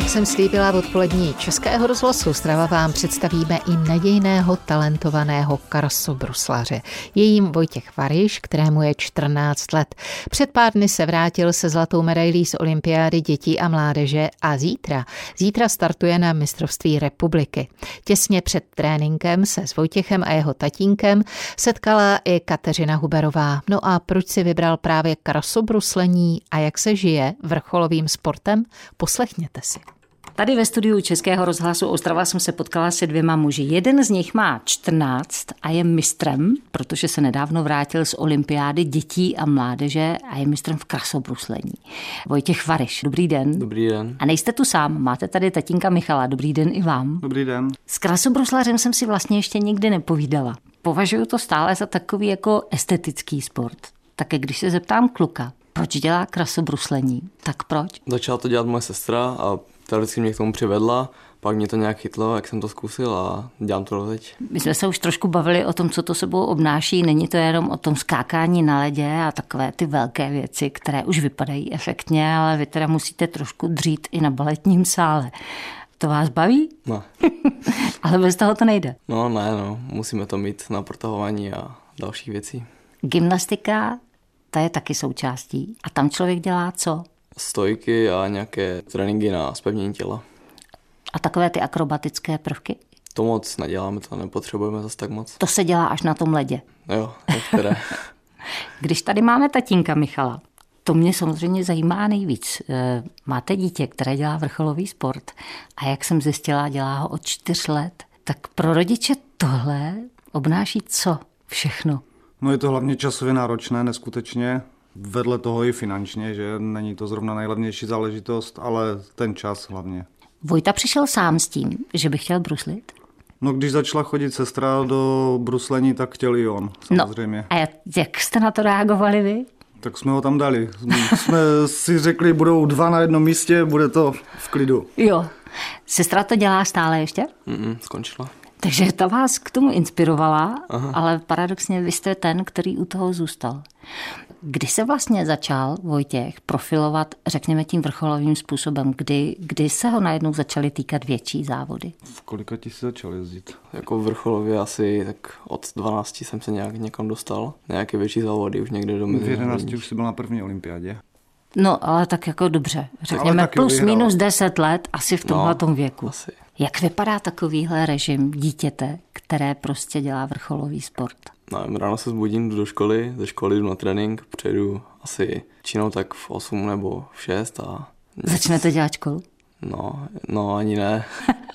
Jak jsem slíbila v odpolední Českého rozhlasu, Strava vám představíme i nadějného talentovaného karsobruslaře. Je jím Vojtěch Variš, kterému je 14 let. Před pár dny se vrátil se zlatou medailí z Olympiády dětí a mládeže a zítra. Zítra startuje na mistrovství republiky. Těsně před tréninkem se s Vojtěchem a jeho tatínkem setkala i Kateřina Huberová. No a proč si vybral právě krasobruslení a jak se žije vrcholovým sportem? Poslechněte si. Tady ve studiu Českého rozhlasu Ostrava jsem se potkala se dvěma muži. Jeden z nich má 14 a je mistrem, protože se nedávno vrátil z olympiády dětí a mládeže a je mistrem v krasobruslení. Vojtěch Variš, dobrý den. Dobrý den. A nejste tu sám, máte tady tatínka Michala, dobrý den i vám. Dobrý den. S krasobruslařem jsem si vlastně ještě nikdy nepovídala. Považuji to stále za takový jako estetický sport. Také když se zeptám kluka, proč dělá krasobruslení, tak proč? Začala to dělat moje sestra a teoreticky mě k tomu přivedla, pak mě to nějak chytlo, jak jsem to zkusil a dělám to teď. My jsme se už trošku bavili o tom, co to sebou obnáší. Není to jenom o tom skákání na ledě a takové ty velké věci, které už vypadají efektně, ale vy teda musíte trošku dřít i na baletním sále. To vás baví? No, Ale bez toho to nejde. no ne, no, musíme to mít na protahování a dalších věcí. Gymnastika, ta je taky součástí. A tam člověk dělá co? Stojky a nějaké tréninky na spevnění těla. A takové ty akrobatické prvky? To moc neděláme, to nepotřebujeme zase tak moc. To se dělá až na tom ledě. No jo, některé. Když tady máme tatínka Michala, to mě samozřejmě zajímá nejvíc. Eh, Máte dítě, které dělá vrcholový sport a jak jsem zjistila, dělá ho od čtyř let. Tak pro rodiče tohle obnáší co? Všechno. No je to hlavně časově náročné, neskutečně. Vedle toho i finančně, že není to zrovna nejlevnější záležitost, ale ten čas hlavně. Vojta přišel sám s tím, že by chtěl bruslit. No když začala chodit sestra do bruslení, tak chtěl i on, No. samozřejmě. a jak jste na to reagovali vy? Tak jsme ho tam dali. Jsme si řekli, budou dva na jednom místě, bude to v klidu. Jo. Sestra to dělá stále ještě? Mm, skončila. Takže ta vás k tomu inspirovala, Aha. ale paradoxně vy jste ten, který u toho zůstal. Kdy se vlastně začal Vojtěch profilovat, řekněme tím vrcholovým způsobem, kdy, kdy se ho najednou začaly týkat větší závody? V kolika ti si začal jezdit? Jako vrcholově asi tak od 12 jsem se nějak někam dostal. Nějaké větší závody už někde do V mezi. 11 už jsi byl na první olympiádě. No, ale tak jako dobře, řekněme taky plus vyhrál. minus 10 let, asi v tomhle tom věku. Asi. Jak vypadá takovýhle režim dítěte, které prostě dělá vrcholový sport? Nevím, No, ráno se zbudím, jdu do školy, ze školy jdu na trénink, přejdu asi činou tak v 8 nebo v 6 a Začnete dělat školu? No, no ani ne.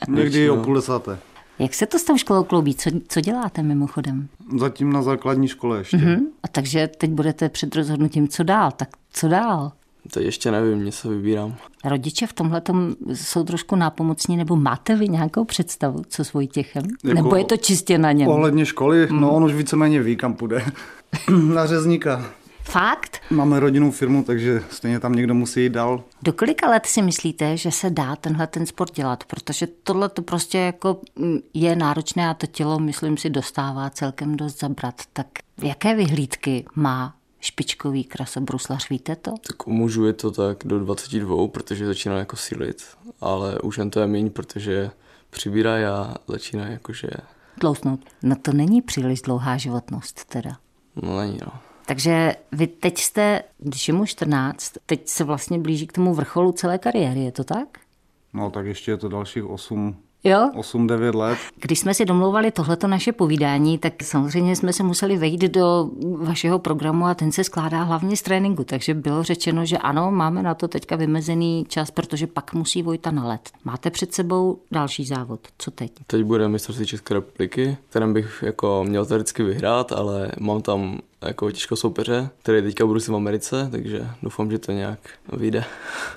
Někdy o půl desáté. Jak se to s tou školou kloubí? Co, co děláte mimochodem? Zatím na základní škole ještě. Mm-hmm. Hm? A takže teď budete před rozhodnutím, co dál, tak co dál? To ještě nevím, mě se vybírám. Rodiče v tomhle jsou trošku nápomocní, nebo máte vy nějakou představu, co s Vojtěchem? Jako nebo je to čistě na něm? Ohle... Ohledně školy, no on už víceméně ví, kam půjde. na řezníka. Fakt? Máme rodinnou firmu, takže stejně tam někdo musí jít dál. Do kolika let si myslíte, že se dá tenhle ten sport dělat? Protože tohle to prostě jako mm, je náročné a to tělo, myslím si, dostává celkem dost zabrat. Tak jaké vyhlídky má špičkový krasobruslař, víte to? Tak u mužů je to tak do 22, protože začíná jako silit, ale už jen to je méně, protože přibírají a jako, začíná jakože, Tlousnout. No to není příliš dlouhá životnost teda. no není no. Takže vy teď jste, když je mu 14, teď se vlastně blíží k tomu vrcholu celé kariéry, je to tak? No tak ještě je to dalších 8, Jo? 8-9 let. Když jsme si domlouvali tohleto naše povídání, tak samozřejmě jsme se museli vejít do vašeho programu a ten se skládá hlavně z tréninku. Takže bylo řečeno, že ano, máme na to teďka vymezený čas, protože pak musí Vojta na let. Máte před sebou další závod. Co teď? Teď bude mistrovství České republiky, kterém bych jako měl teoreticky vyhrát, ale mám tam jako těžkou soupeře, který teďka budu si v Americe, takže doufám, že to nějak vyjde.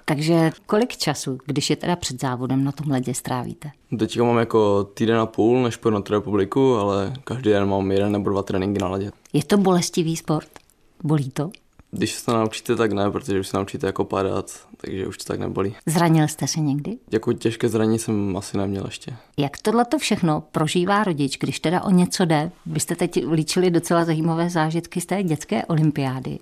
Takže kolik času, když je teda před závodem, na tom ledě strávíte? Teďka mám jako týden a půl, než půjdu na tu republiku, ale každý den mám jeden nebo dva tréninky na ledě. Je to bolestivý sport? Bolí to? Když se to naučíte, tak ne, protože už se naučíte jako padat, takže už to tak nebolí. Zranil jste se někdy? Jako těžké zranění jsem asi neměl ještě. Jak tohle to všechno prožívá rodič, když teda o něco jde? Vy jste teď líčili docela zajímavé zážitky z té dětské olympiády.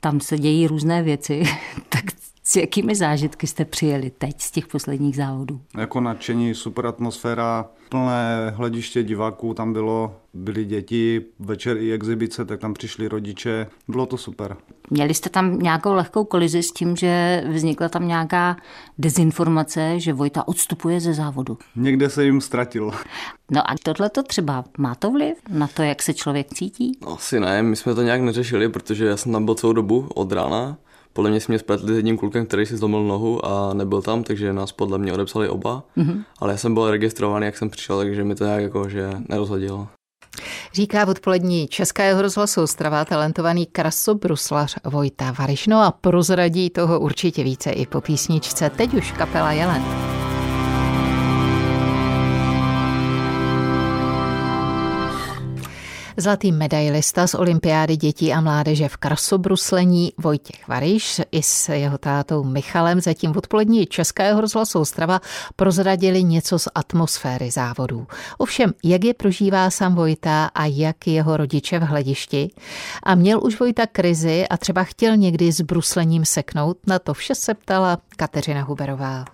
Tam se dějí různé věci, tak S jakými zážitky jste přijeli teď z těch posledních závodů? Jako nadšení, super atmosféra, plné hlediště diváků tam bylo, byly děti, večer i exibice, tak tam přišli rodiče, bylo to super. Měli jste tam nějakou lehkou kolizi s tím, že vznikla tam nějaká dezinformace, že Vojta odstupuje ze závodu? Někde se jim ztratil. No a tohle to třeba má to vliv na to, jak se člověk cítí? No, Asi ne, my jsme to nějak neřešili, protože já jsem tam byl celou dobu od rána. Podle mě jsme mě spletli s jedním klukem, který si zlomil nohu a nebyl tam, takže nás podle mě odepsali oba. Mm-hmm. Ale já jsem byl registrovaný, jak jsem přišel, takže mi to nějak jako, že nerozhodilo. Říká v odpolední Českého rozhlasu Strava talentovaný krasobruslař Vojta Varišno a prozradí toho určitě více i po písničce. Teď už kapela Jelen. Zlatý medailista z Olympiády dětí a mládeže v Karsobruslení Vojtěch Variš i s jeho tátou Michalem zatím v odpolední Českého rozhlasu Ostrava prozradili něco z atmosféry závodů. Ovšem, jak je prožívá sám Vojta a jak jeho rodiče v hledišti? A měl už Vojta krizi a třeba chtěl někdy s bruslením seknout? Na to vše se ptala Kateřina Huberová.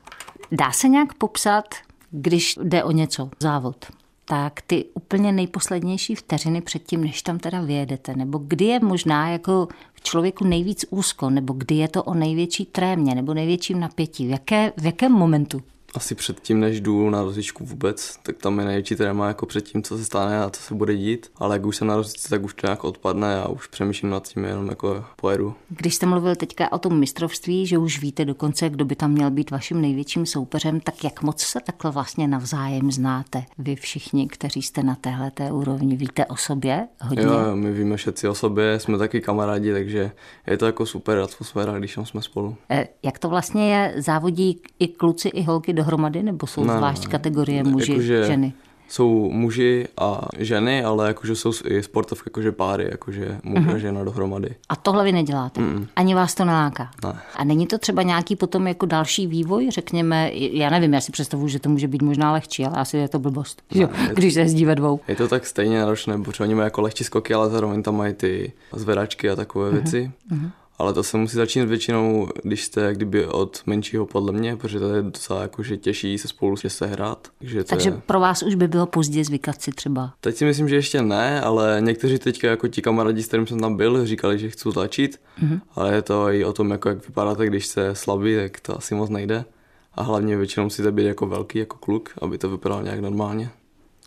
Dá se nějak popsat, když jde o něco, závod? tak ty úplně nejposlednější vteřiny před tím, než tam teda vyjedete, nebo kdy je možná jako v člověku nejvíc úzko, nebo kdy je to o největší trémě, nebo největším napětí, v, jaké, v jakém momentu? Asi předtím, než jdu na rozličku vůbec, tak tam je největší téma jako před tím, co se stane a co se bude dít. Ale jak už jsem na rozličce, tak už to nějak odpadne a už přemýšlím nad tím, jenom jako pojedu. Když jste mluvil teďka o tom mistrovství, že už víte dokonce, kdo by tam měl být vaším největším soupeřem, tak jak moc se takhle vlastně navzájem znáte? Vy všichni, kteří jste na téhle té úrovni, víte o sobě hodně? Jo, jo, my víme všetci o sobě, jsme taky kamarádi, takže je to jako super atmosféra, když tam jsme spolu. Eh, Jak to vlastně je? Závodí i kluci, i holky dohromady, nebo jsou Ne, zvlášť ne. Jako kategorie muži, Jakože ženy? Jsou muži a ženy, ale jakože jsou i sportovky, jakože páry, jakože muž Mhm. a žena dohromady. A tohle vy neděláte. Mm. Ani vás to neláká. Ne. A není to třeba nějaký potom jako další vývoj, řekněme, já nevím, já si představuju, že to může být možná lehčí, ale asi je to blbost, ne, když se jezdí ve dvou. Je to tak stejně náročné, protože oni mají jako lehčí skoky, ale zároveň tam mají ty zvedačky a takové věci. Ale to se musí začínat většinou, když jste jak kdyby od menšího podle mě, protože to je docela jakože těžší se spolu že se hrát. Takže to Takže je... pro vás už by bylo pozdě zvykat si třeba. Teď si myslím, že ještě ne, ale někteří teďka jako ti kamarádi, s kterým jsem tam byl, říkali, že chci tlačit, mm-hmm. ale je to i o tom, jako jak vypadáte, když jste slabý, tak to asi moc nejde. A hlavně většinou musíte být jako velký, jako kluk, aby to vypadalo nějak normálně.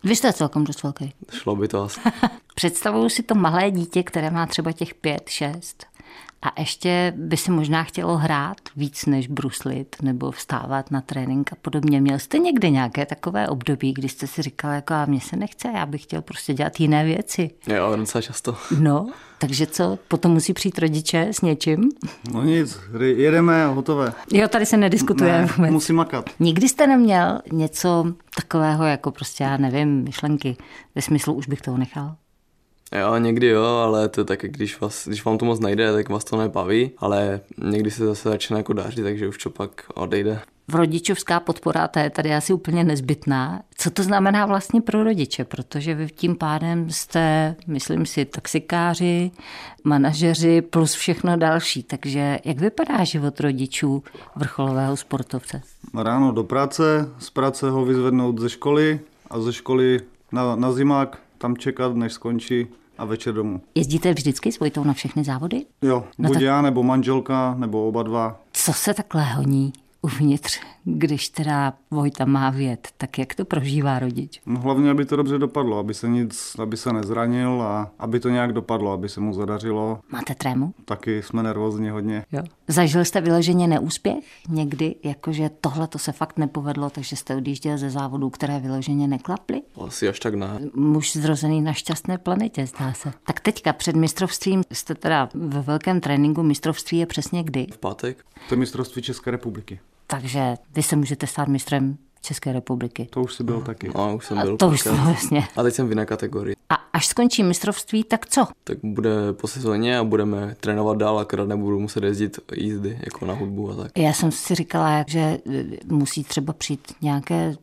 Vy jste celkem dost velký. Šlo by to asi. Představuju si to malé dítě, které má třeba těch pět, šest. A ještě by si možná chtělo hrát víc než bruslit nebo vstávat na trénink a podobně. Měl jste někdy nějaké takové období, kdy jste si říkal, jako a mně se nechce, já bych chtěl prostě dělat jiné věci. jo, docela často. No, takže co? Potom musí přijít rodiče s něčím? No nic, ry- jedeme, hotové. Jo, tady se nediskutuje Ne, vůbec. musí makat. Nikdy jste neměl něco takového, jako prostě, já nevím, myšlenky ve smyslu, už bych toho nechal? Jo, někdy jo, ale to je tak, když, vás, když vám to moc nejde, tak vás to nebaví, ale někdy se zase začne jako dařit, takže už to pak odejde. V rodičovská podpora ta je tady asi úplně nezbytná. Co to znamená vlastně pro rodiče? Protože vy tím pádem jste, myslím si, taxikáři, manažeři plus všechno další. Takže jak vypadá život rodičů vrcholového sportovce? Ráno do práce, z práce ho vyzvednout ze školy a ze školy na, na zimák, tam čekat, než skončí a večer domů. Jezdíte vždycky s Vojtou na všechny závody? Jo, buď já, nebo manželka, nebo oba dva. Co se takhle honí uvnitř, když teda Vojta má věd, tak jak to prožívá rodič? No hlavně, aby to dobře dopadlo, aby se nic, aby se nezranil a aby to nějak dopadlo, aby se mu zadařilo. Máte trému? Taky jsme nervózní hodně. Jo. Zažil jste vyloženě neúspěch někdy, jakože tohle to se fakt nepovedlo, takže jste odjížděl ze závodů, které vyloženě neklaply? Asi až tak ne. Muž zrozený na šťastné planetě, zdá se. Tak teďka před mistrovstvím jste teda ve velkém tréninku, mistrovství je přesně kdy, V pátek? To je mistrovství České republiky. takže vy se můžete stát mistrem České republiky. To už si byl taky. No, už jsem byl. A to už párkrát. vlastně. A teď jsem v jiné kategorii. A až skončí mistrovství, tak co? Tak bude po sezóně a budeme trénovat dál, akorát nebudu muset jezdit jízdy, jako na hudbu a tak. Já jsem si říkala, že musí třeba e, přijít nějaké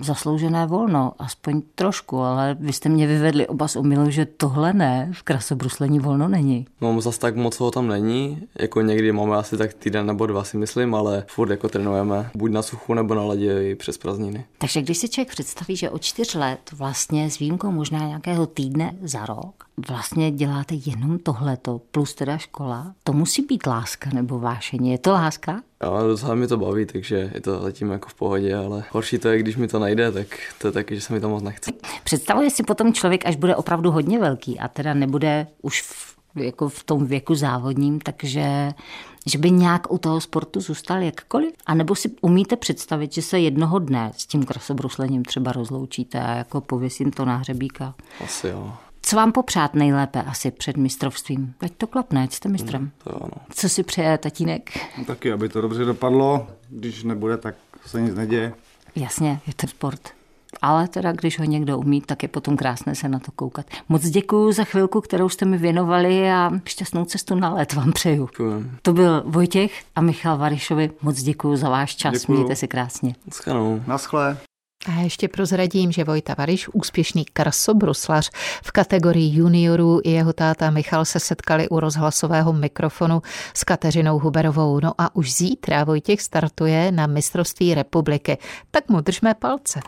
zasloužené volno, aspoň trošku, ale vy jste mě vyvedli oba z omilu, že tohle ne, v krasobruslení volno není. No zas tak moc ho tam není, jako někdy máme asi tak týden nebo dva si myslím, ale furt jako trénujeme, buď na suchu nebo na ledě i přes prázdniny. Takže když si člověk představí, že o čtyř let vlastně s výjimkou možná nějakého týdne za rok, vlastně děláte jenom tohleto, plus teda škola, to musí být láska nebo vášení. Je to láska? Jo, docela mi to baví, takže je to zatím jako v pohodě, ale horší to je, když mi to najde, tak to je taky, že se mi to moc nechce. Představuje si potom člověk, až bude opravdu hodně velký a teda nebude už v, jako v tom věku závodním, takže že by nějak u toho sportu zůstal jakkoliv? A nebo si umíte představit, že se jednoho dne s tím krasobruslením třeba rozloučíte a jako pověsím to na hřebíka? Asi jo. Co vám popřát nejlépe asi před mistrovstvím? Ať to klapne, ať jste mistrem. To jo, no. Co si přeje tatínek? Taky, aby to dobře dopadlo, když nebude, tak se nic neděje. Jasně, je to sport. Ale teda, když ho někdo umí, tak je potom krásné se na to koukat. Moc děkuji za chvilku, kterou jste mi věnovali a šťastnou cestu na let vám přeju. Děkujem. To byl Vojtěch a Michal Varišovi. Moc děkuji za váš čas. Děkuju. Mějte se krásně. Skanou. Naschle. A ještě prozradím, že Vojta Variš, úspěšný krasobruslař v kategorii juniorů i jeho táta Michal se setkali u rozhlasového mikrofonu s Kateřinou Huberovou. No a už zítra Vojtěch startuje na mistrovství republiky. Tak mu držme palce.